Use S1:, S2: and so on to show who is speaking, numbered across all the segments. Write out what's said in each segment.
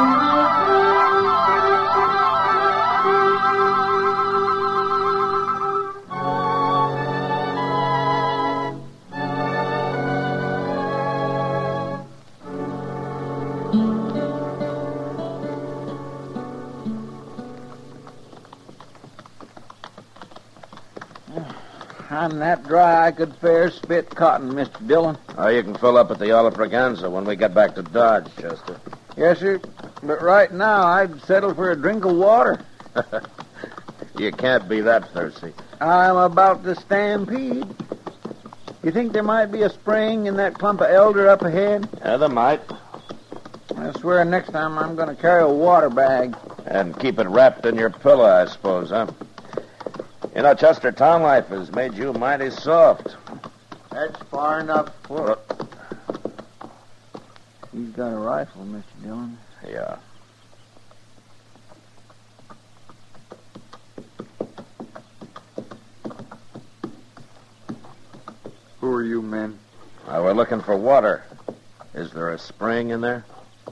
S1: I'm that dry I could fair spit cotton, Mr. Dillon.
S2: Oh, you can fill up at the Olive Braganza when we get back to Dodge, Chester.
S1: Yes, sir. But right now, I'd settle for a drink of water.
S2: You can't be that thirsty.
S1: I'm about to stampede. You think there might be a spring in that clump of elder up ahead?
S2: Heather might.
S1: I swear next time I'm going to carry a water bag.
S2: And keep it wrapped in your pillow, I suppose, huh? You know, Chester, town life has made you mighty soft.
S1: That's far enough. You've got a rifle, Mr. Dillon.
S2: Yeah.
S1: Who are you men?
S2: Uh, we're looking for water. Is there a spring in there?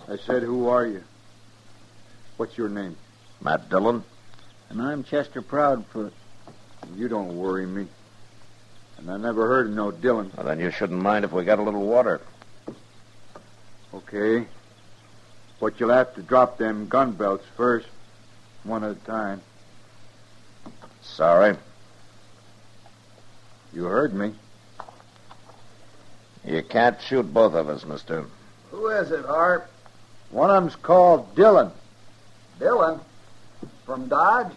S1: I said, who are you? What's your name?
S2: Matt Dillon?
S1: And I'm Chester Proudfoot.
S3: You don't worry me. And I never heard of no Dillon.
S2: Well, then you shouldn't mind if we got a little water.
S3: Okay. But you'll have to drop them gun belts first, one at a time.
S2: Sorry.
S3: You heard me.
S2: You can't shoot both of us, mister.
S1: Who is it, Art?
S3: One of 'em's called Dillon.
S1: Dillon? From Dodge?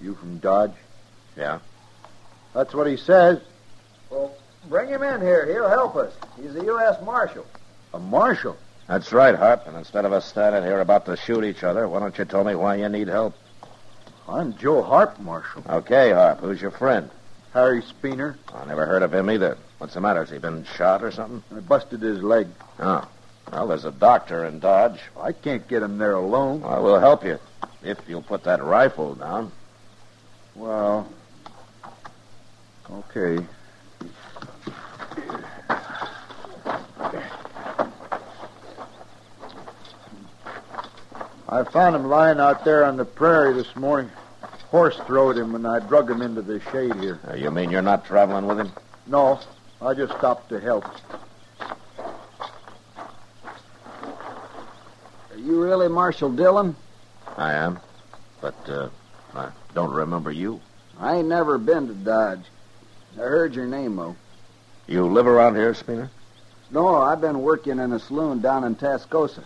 S3: You from Dodge?
S2: Yeah.
S3: That's what he says.
S1: Well, bring him in here. He'll help us. He's a U.S. Marshal.
S3: A marshal.
S2: That's right, Harp. And instead of us standing here about to shoot each other, why don't you tell me why you need help?
S3: I'm Joe Harp, Marshal.
S2: Okay, Harp. Who's your friend?
S3: Harry Speener.
S2: I never heard of him either. What's the matter? Has he been shot or something?
S3: I busted his leg.
S2: Oh. Well, there's a doctor in Dodge.
S3: I can't get him there alone.
S2: I will help you if you'll put that rifle down.
S3: Well, okay. I found him lying out there on the prairie this morning. Horse throwed him, and I drug him into the shade here.
S2: Uh, you mean you're not traveling with him?
S3: No, I just stopped to help.
S1: Are you really Marshal Dillon?
S2: I am. But uh, I don't remember you.
S1: I ain't never been to Dodge. I heard your name, though.
S2: You live around here, Spina?
S1: No, I've been working in a saloon down in Tascosa.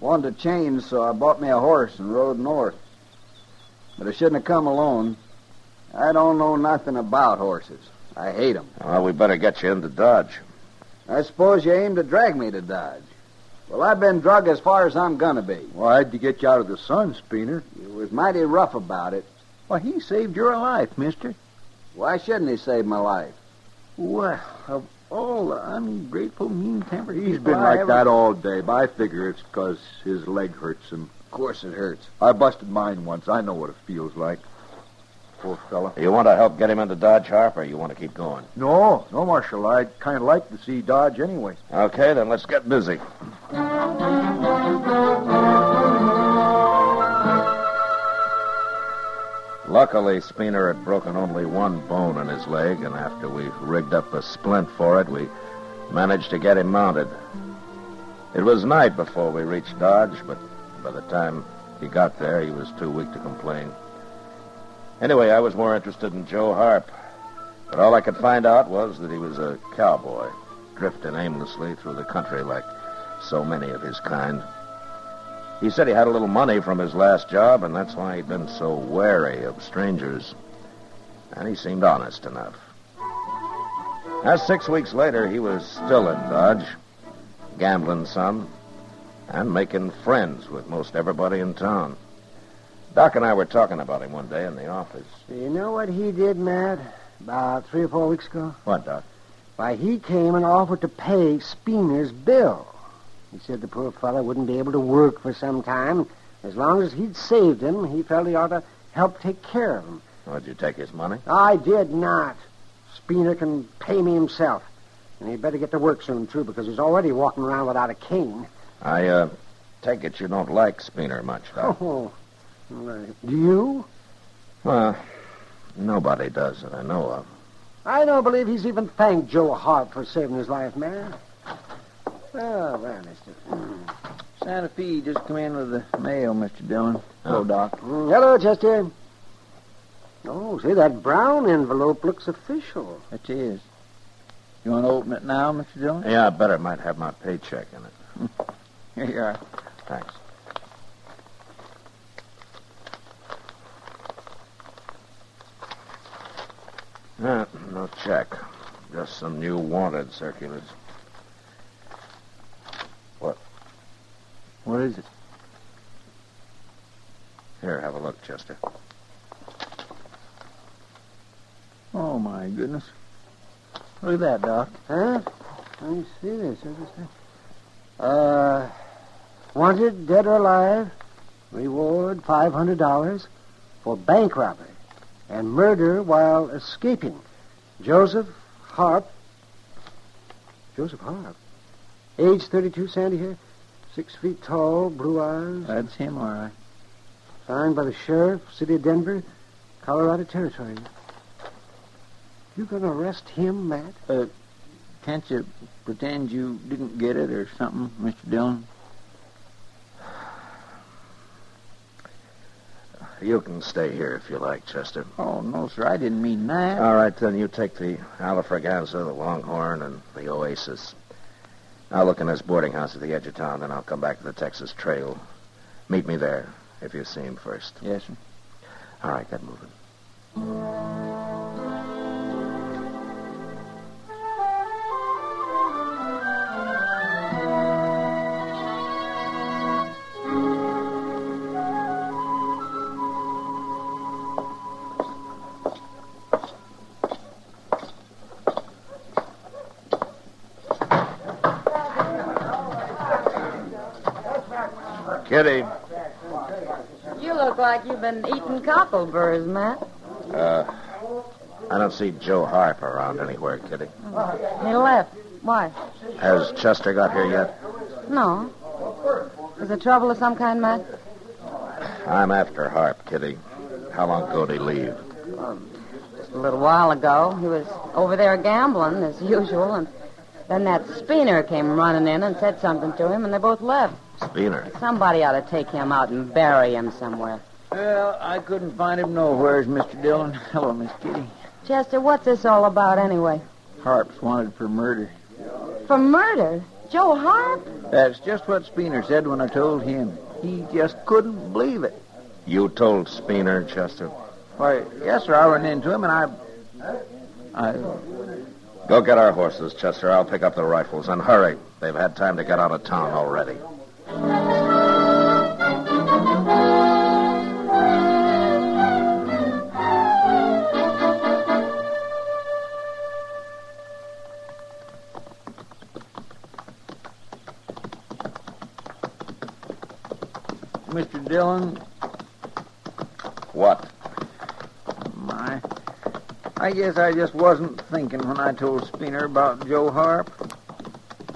S1: Wanted to change, so I bought me a horse and rode north. But I shouldn't have come alone. I don't know nothing about horses. I hate 'em.
S2: Well, we better get you into Dodge.
S1: I suppose you aim to drag me to Dodge. Well, I've been drug as far as I'm gonna be.
S3: Well, I had to get you out of the sun, Speener.
S1: You was mighty rough about it.
S3: Well, he saved your life, mister.
S1: Why shouldn't he save my life?
S3: Well, of all the ungrateful, mean-tempered He's
S1: people
S3: been
S1: I
S3: like
S1: ever-
S3: that all day, but I figure it's 'cause his leg hurts him.
S1: Of course it hurts.
S3: I busted mine once. I know what it feels like. Poor fella.
S2: You want to help get him into Dodge, Harp, or you want to keep going?
S3: No, no, Marshal. I'd kind of like to see Dodge anyway.
S2: Okay, then let's get busy. Luckily, Speener had broken only one bone in his leg, and after we rigged up a splint for it, we managed to get him mounted. It was night before we reached Dodge, but By the time he got there, he was too weak to complain. Anyway, I was more interested in Joe Harp. But all I could find out was that he was a cowboy, drifting aimlessly through the country like so many of his kind. He said he had a little money from his last job, and that's why he'd been so wary of strangers. And he seemed honest enough. As six weeks later, he was still in Dodge, gambling some, and making friends with most everybody in town. Doc and I were talking about him one day in the office.
S4: You know what he did, Matt? About three or four weeks ago?
S2: What, Doc?
S4: Why, he came and offered to pay Spiener's bill. He said the poor fellow wouldn't be able to work for some time. As long as he'd saved him, he felt he ought to help take care of him.
S2: Would you take his money?
S4: I did not. Spiener can pay me himself. And he'd better get to work soon, too, because he's already walking around without a cane.
S2: I, uh, take it you don't like Spiener much, Doc.
S4: Oh, do you?
S2: Well, nobody does that I know of.
S4: I don't believe he's even thanked Joe Hart for saving his life, man. Oh, well, Mr.
S1: Santa Fe just come in with the mail, Mr. Dillon.
S2: Hello,
S1: Doc.
S4: Mm, Hello, Chester. Oh, see, that brown envelope looks official.
S1: It is. You want to open it now, Mr. Dillon?
S2: Yeah, I better might have my paycheck in it.
S1: Here you are.
S2: Thanks. Uh, no check. Just some new wanted circulars.
S1: What is it?
S2: Here, have a look, Chester.
S1: Oh, my goodness. Look at that, Doc.
S4: Huh? Let me see this. What is that? Uh, wanted, dead or alive, reward $500 for bank robbery and murder while escaping. Joseph Harp. Joseph Harp? Age 32, sandy hair, six feet tall, blue eyes.
S1: That's him, all right.
S4: Signed by the sheriff, city of Denver, Colorado Territory. You gonna arrest him, Matt?
S1: Can't you pretend you didn't get it or something, Mr. Dillon?
S2: You can stay here if you like, Chester.
S1: Oh, no, sir. I didn't mean that.
S2: All right, then you take the Alafraganza, the Longhorn, and the Oasis. I'll look in this boarding house at the edge of town, then I'll come back to the Texas Trail. Meet me there if you see him first.
S1: yes, sir.
S2: All right, get moving. Kitty,
S5: You look like you've been eating cockleburrs, Matt.
S2: I don't see Joe Harp around anywhere, Kitty.
S5: He left. Why?
S2: Has Chester got here yet?
S5: No. Was there trouble of some kind, Matt?
S2: I'm after Harp, Kitty. How long ago did he leave?
S5: Just a little while ago, he was over there gambling as usual, and then that Spiener came running in and said something to him, and they both left.
S2: Spiener.
S5: Somebody ought to take him out and bury him somewhere.
S1: Well, I couldn't find him nowheres, Mr. Dillon. Hello, Miss Kitty.
S5: Chester, what's this all about anyway?
S1: Harp's wanted for murder.
S5: For murder? Joe Harp?
S1: That's just what Spiener said when I told him. He just couldn't believe it.
S2: You told Spiener, Chester.
S1: Why, yes, sir, I ran into him and I. I.
S2: Go get our horses, Chester. I'll pick up the rifles. And hurry. They've had time to get out of town already.
S1: Mr. Dillon,
S2: What?
S1: my. I guess I just wasn't thinking when I told Spiener about Joe Harp.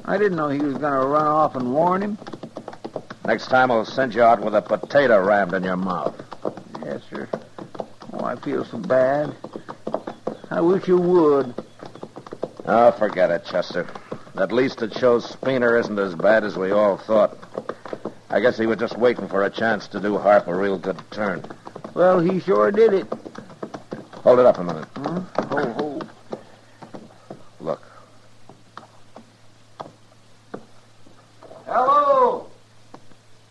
S1: I didn't know he was going to run off and warn him.
S2: Next time I'll send you out with a potato rammed in your mouth.
S1: Yes, sir. Oh, I feel so bad. I wish you would.
S2: Oh, forget it, Chester. At least it shows Spiener isn't as bad as we all thought. I guess he was just waiting for a chance to do Harp a real good turn.
S4: Well, he sure did it.
S2: Hold it up a minute.
S4: Ho, ho.
S2: Look.
S4: Hello!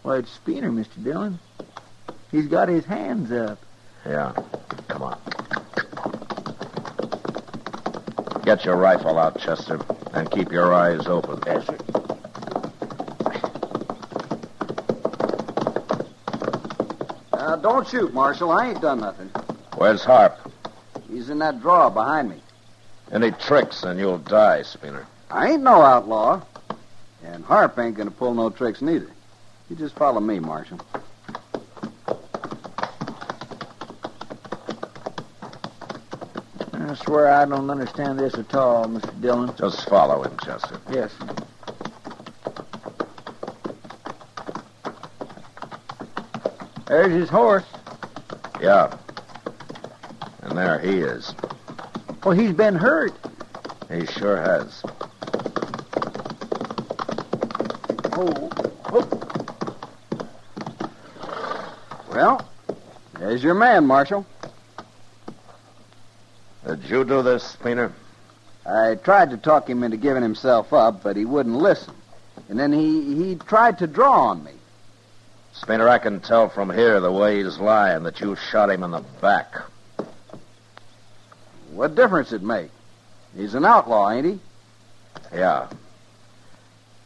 S4: Why, it's Speener, Mr. Dillon. He's got his hands up.
S2: Yeah. Come on. Get your rifle out, Chester, and keep your eyes open. Yes, sir.
S1: Now, Uh, don't shoot, Marshal. I ain't done nothing.
S2: Where's Harp?
S1: He's in that drawer behind me.
S2: Any tricks and you'll die, Spinner.
S1: I ain't no outlaw. And Harp ain't gonna pull no tricks neither. You just follow me, Marshal.
S4: I swear I don't understand this at all, Mr. Dillon.
S2: Just follow him, Chester.
S4: Yes. There's his horse.
S2: Yeah. And there he is.
S4: Well, Oh, he's been hurt.
S2: He sure has.
S4: Oh,
S1: Well, there's your man, Marshal.
S2: Did you do this, Spinner?
S1: I tried to talk him into giving himself up, but he wouldn't listen. And then he, he tried to draw on me.
S2: Spinner, I can tell from here the way he's lying that you shot him in the back.
S1: What difference it make? He's an outlaw, ain't he?
S2: Yeah.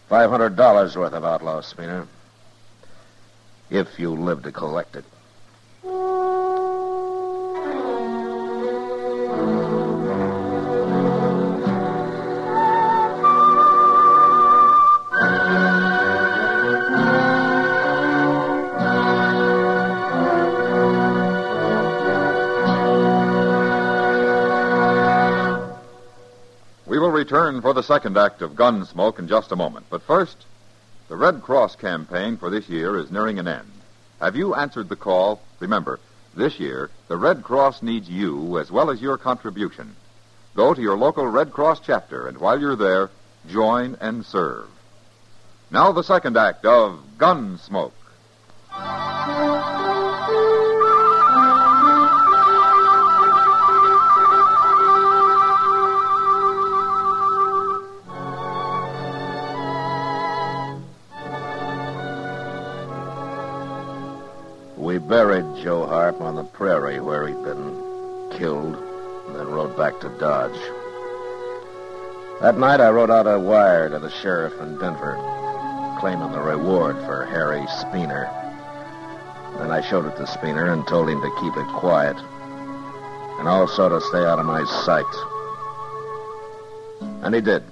S2: Five hundred dollars worth of outlaw, Spinner. If you live to collect it.
S6: We will return for the second act of Gunsmoke in just a moment. But first, the Red Cross campaign for this year is nearing an end. Have you answered the call? Remember, this year, the Red Cross needs you as well as your contribution. Go to your local Red Cross chapter, and while you're there, join and serve. Now, the second act of Gunsmoke.
S2: We buried Joe Harp on the prairie where he'd been killed, and then rode back to Dodge. That night I wrote out a wire to the sheriff in Denver, claiming the reward for Harry Speener. Then I showed it to Speener and told him to keep it quiet, and also to stay out of my sight. And he did.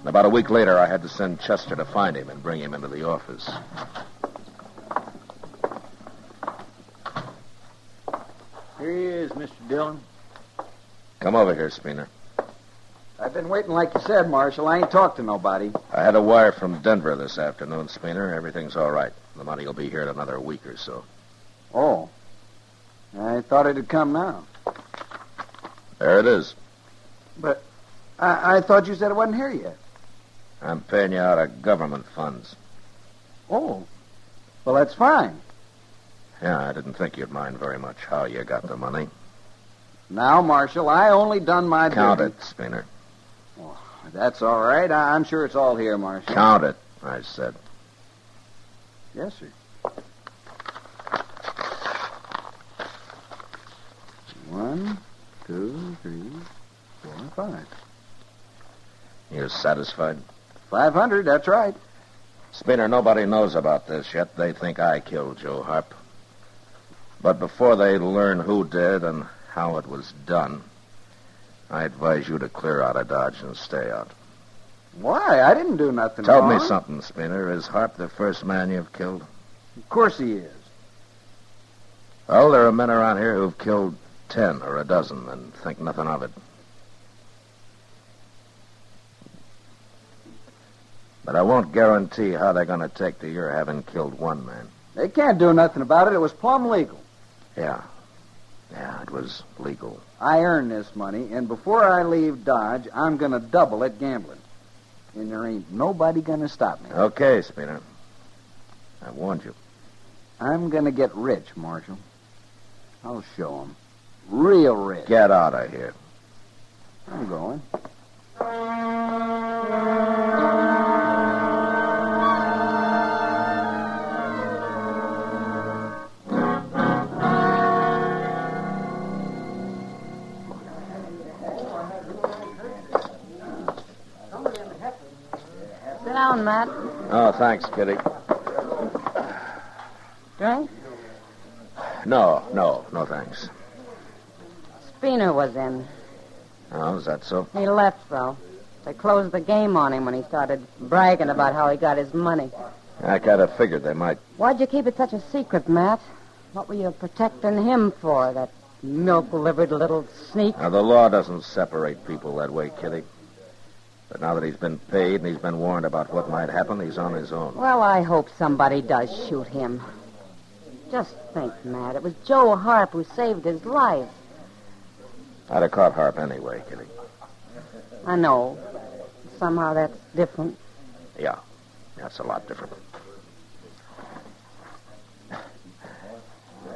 S2: And about a week later, I had to send Chester to find him and bring him into the office.
S4: here he is, Mr. Dillon.
S2: Come over here, Speener.
S1: I've been waiting like you said, Marshal. I ain't talked to nobody.
S2: I had a wire from Denver this afternoon, Speener. Everything's all right. The money will be here in another week or so.
S1: Oh. I thought it'd come now.
S2: There it is.
S1: I, I thought you said it wasn't here yet.
S2: I'm paying you out of government funds.
S1: Oh. Well, that's fine.
S2: Yeah, I didn't think you'd mind very much how you got the money.
S1: Now, Marshal, I only done my
S2: Count
S1: duty.
S2: it, Speener.
S1: That's all right. I, I'm sure it's all here, Marshal.
S2: Count it, I said.
S1: Yes, sir. One, two, three, four, five.
S2: You satisfied?
S1: Five hundred, that's right.
S2: Spinner, nobody knows about this yet. They think I killed Joe Harp. But before they learn who did and how it was done, I advise you to clear out of Dodge and stay out.
S1: Why? I didn't do nothing
S2: Tell
S1: wrong.
S2: me something, Spinner. Is Harp the first man you've killed?
S1: Of course he is.
S2: Well, there are men around here who've killed ten or a dozen and think nothing of it. But I won't guarantee how they're going to take to your having killed one man.
S1: They can't do nothing about it. It was plumb legal.
S2: Yeah. Yeah, it was legal.
S1: I earned this money, and before I leave Dodge, I'm going to double it gambling. And there ain't nobody going to stop me.
S2: Okay, Spinner. I warned you.
S1: I'm going to get rich, Marshal. I'll show 'em. Real rich.
S2: Get out of here.
S1: I'm going.
S5: Sit down, Matt.
S2: Oh, thanks, Kitty.
S5: Drink?
S2: No, no, no thanks.
S5: Spooner was in.
S2: Oh, is that so?
S5: He left, though. They closed the game on him when he started bragging about how he got his money.
S2: I kind of figured they might.
S5: Why'd you keep it such a secret, Matt? What were you protecting him for, that milk-livered little sneak?
S2: Now, the law doesn't separate people that way, Kitty. But now that he's been paid and he's been warned about what might happen, he's on his own.
S5: Well, I hope somebody does shoot him. Just think, Matt. It was Joe Harp who saved his life.
S2: I'd have caught Harp anyway, Kitty.
S5: I know. Somehow that's different.
S2: Yeah, that's a lot different.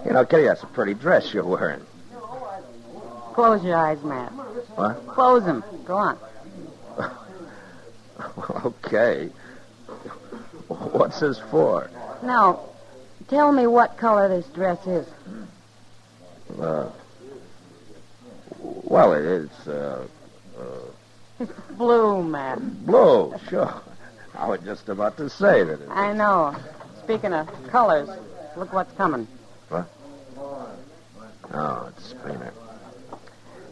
S2: You know, Kitty, that's a pretty dress you're wearing.
S5: Close your eyes, Matt.
S2: What?
S5: Close them. Go on.
S2: okay. What's this for?
S5: Now, tell me what color this dress is.
S2: Uh, well, it- it's uh,
S5: Blue, Matt.
S2: blue, sure. I was just about to say that. It,
S5: I know. Speaking of colors, look what's coming.
S2: oh, it's Spinner.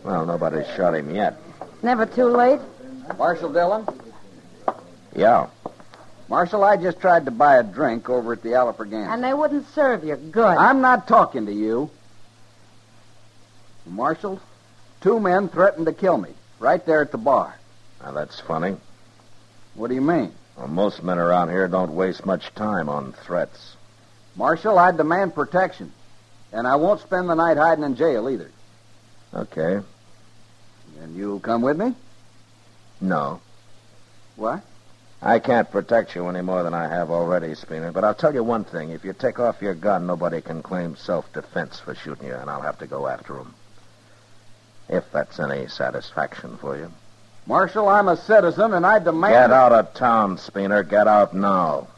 S2: Well, nobody shot him yet.
S5: Never too late.
S1: Marshal Dillon?
S2: Yeah.
S1: Marshal, I just tried to buy a drink over at the Alafragan.
S5: And they wouldn't serve you good.
S1: I'm not talking to you. Marshal, two men threatened to kill me right there at the bar.
S2: Now, that's funny.
S1: What do you mean?
S2: Well, most men around here don't waste much time on threats.
S1: Marshal, I demand protection. And I won't spend the night hiding in jail either.
S2: Okay.
S1: And you'll come with me?
S2: No.
S1: What?
S2: I can't protect you any more than I have already, Spinner, but I'll tell you one thing. If you take off your gun, nobody can claim self-defense for shooting you, and I'll have to go after them. If that's any satisfaction for you.
S1: Marshal, I'm a citizen and I demand.
S2: Get out of town, Spinner. Get out now.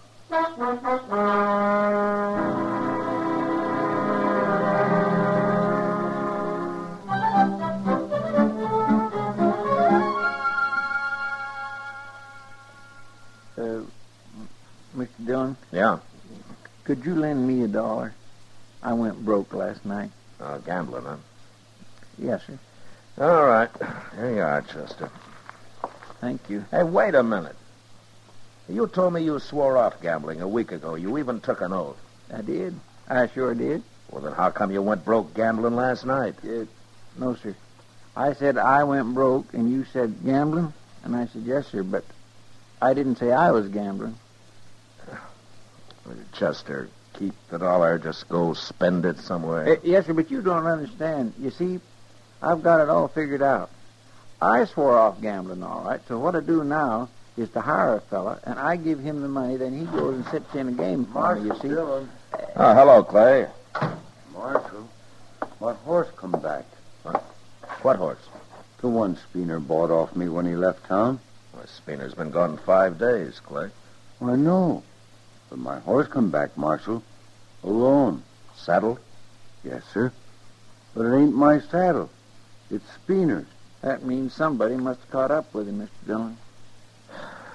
S3: Uh, Mr. Dillon,
S2: Yeah.
S3: could you lend me a dollar? I went broke last night.
S2: Oh, gambling, huh?
S3: Yes, sir.
S2: All right. Here you are, Chester.
S3: Thank you.
S2: Hey, wait a minute. You told me you swore off gambling a week ago. You even took an oath.
S3: I did. I sure did.
S2: Well, then how come you went broke gambling last night?
S3: No, sir. I said I went broke, and you said gambling, and I said yes, sir, but I didn't say I was gambling.
S2: Chester, keep the dollar. Just go spend it somewhere.
S3: Eh, yes, sir, but you don't understand. You see, I've got it all figured out. I swore off gambling, all right, so what I do now is to hire a fella, and I give him the money, then he goes and sits in a game for me, you see.
S2: Oh, hello, Clay.
S1: Marshal, my horse come back.
S2: What horse?
S1: The one Spinner bought off me when he left town.
S2: Well, Spinner's been gone five days, Clay.
S1: Why, no. But my horse come back, Marshal. Alone.
S2: Saddled?
S1: Yes, sir. But it ain't my saddle. It's Spinner's.
S3: That means somebody must have caught up with him, Mr. Dillon.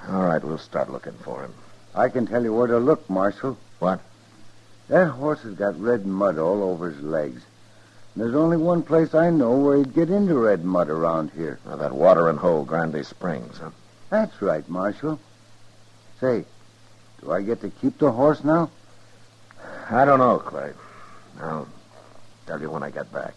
S2: All right, we'll start looking for him.
S1: I can tell you where to look, Marshal.
S2: What?
S1: That horse has got red mud all over his legs. And there's only one place I know where he'd get into red mud around here.
S2: Now, that water and hole, Grande Springs, huh?
S1: That's right, Marshal. Say, do I get to keep the horse now?
S2: I don't know, Clay. I'll tell you when I get back.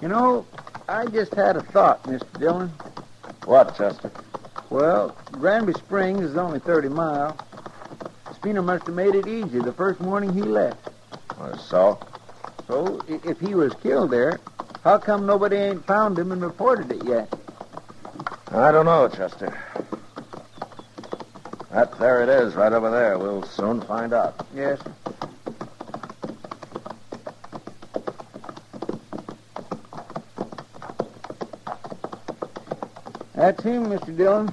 S3: You know, I just had a thought, Mr. Dillon.
S2: What, Chester?
S3: Well, Granby Springs is only 30 miles. Spina must have made it easy the first morning he left.
S2: all.
S1: Oh,
S3: So, i- if he was killed there, how come nobody ain't found him and reported it yet?
S2: I don't know, Chester. That there it is, right over there. We'll soon find out.
S3: Yes. That's him, Mr. Dillon.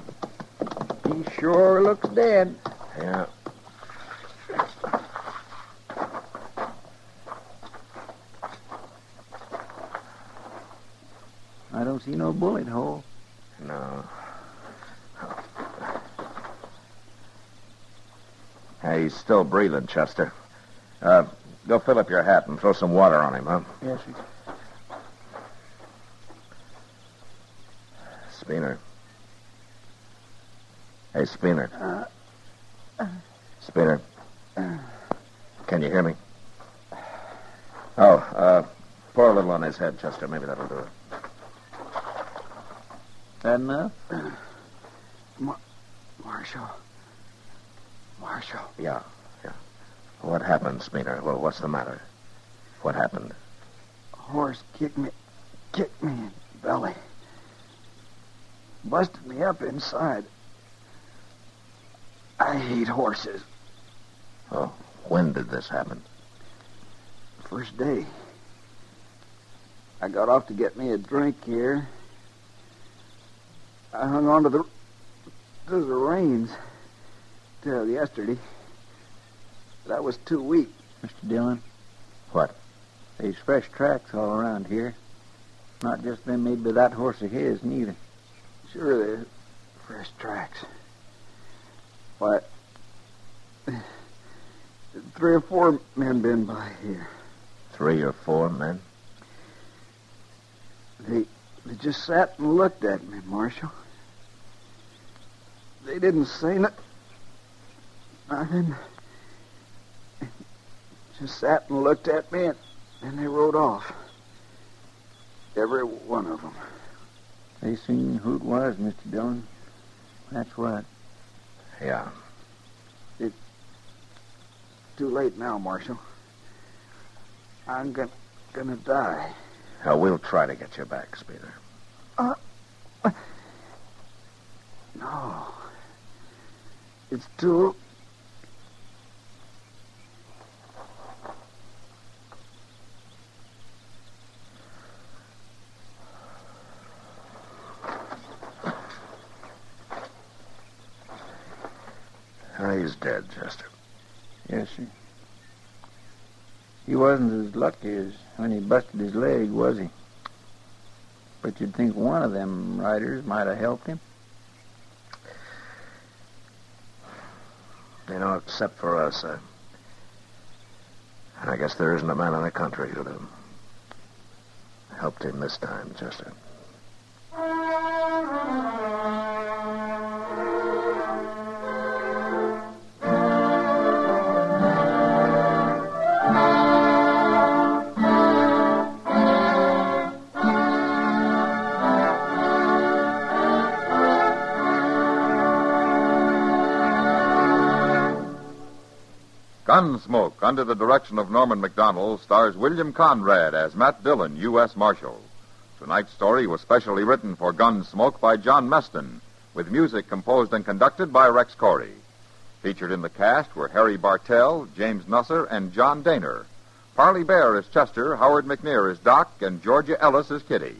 S3: He sure looks dead.
S2: Yeah.
S3: I don't see no bullet hole.
S2: No. Hey, he's still breathing, Chester. Uh, go fill up your hat and throw some water on him, huh?
S3: Yes, sir.
S2: Spooner. Hey, Spooner. Spooner. Can you hear me? Oh, uh, pour a little on his head, Chester. Maybe that'll do it.
S3: That enough?
S4: Marshal. Marshal.
S2: Yeah, yeah. What happened, Spooner? Well, what's the matter? What happened?
S4: Horse kicked me, kicked me in the belly. Busted me up inside. I hate horses.
S2: When did this happen?
S4: First day. I got off to get me a drink here. I hung on to the to the reins till yesterday. But I was too weak.
S3: Mr. Dillon?
S2: What?
S3: There's fresh tracks all around here. Not just them made by that horse of his, neither.
S4: Sure there's fresh tracks. Why three or four men been by here.
S2: Three or four men?
S4: They they just sat and looked at me, Marshal. They didn't say nothing. Nothing. Just sat and looked at me, and then they rode off. Every one of them.
S3: They seen who it was, Mr. Dillon. That's what.
S2: Yeah.
S4: Too late now, Marshal. I'm gonna gonna die.
S2: Now, we'll try to get you back, Spooner.
S4: No. It's too.
S2: Oh, he's dead, Chester.
S3: Yes, sir. He wasn't as lucky as when he busted his leg, was he? But you'd think one of them riders might have helped him.
S2: You know, except for us, uh, I guess there isn't a man in the country who'd have helped him this time, Chester.
S1: Gunsmoke, under the direction of Norman McDonald, stars William Conrad as Matt Dillon, U.S. Marshal. Tonight's story was specially written for Gunsmoke by John Meston, with music composed and conducted by Rex Corey. Featured in the cast were Harry Bartell, James Nusser, and John Daner. Parley Bear is Chester, Howard McNear is Doc, and Georgia Ellis is Kitty.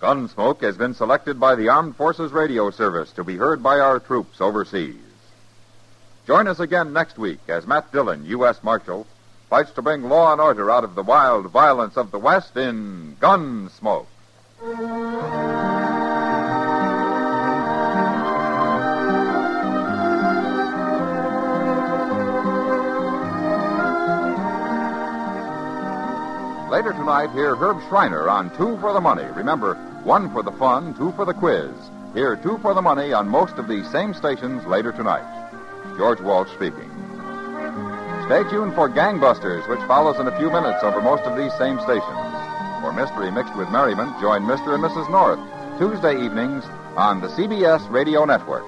S1: Gunsmoke has been selected by the Armed Forces Radio Service to be heard by our troops overseas. Join us again next week as Matt Dillon, U.S. Marshal, fights to bring law and order out of the wild violence of the West in Gunsmoke. Later tonight, hear Herb Schreiner on Two for the Money. Remember, one for the fun, two for the quiz. Hear Two for the Money on most of these same stations later tonight. George Walsh speaking. Stay tuned for Gangbusters, which follows in a few minutes over most of these same stations. For Mystery Mixed with Merriment, join Mr. and Mrs. North Tuesday evenings on the CBS Radio Network.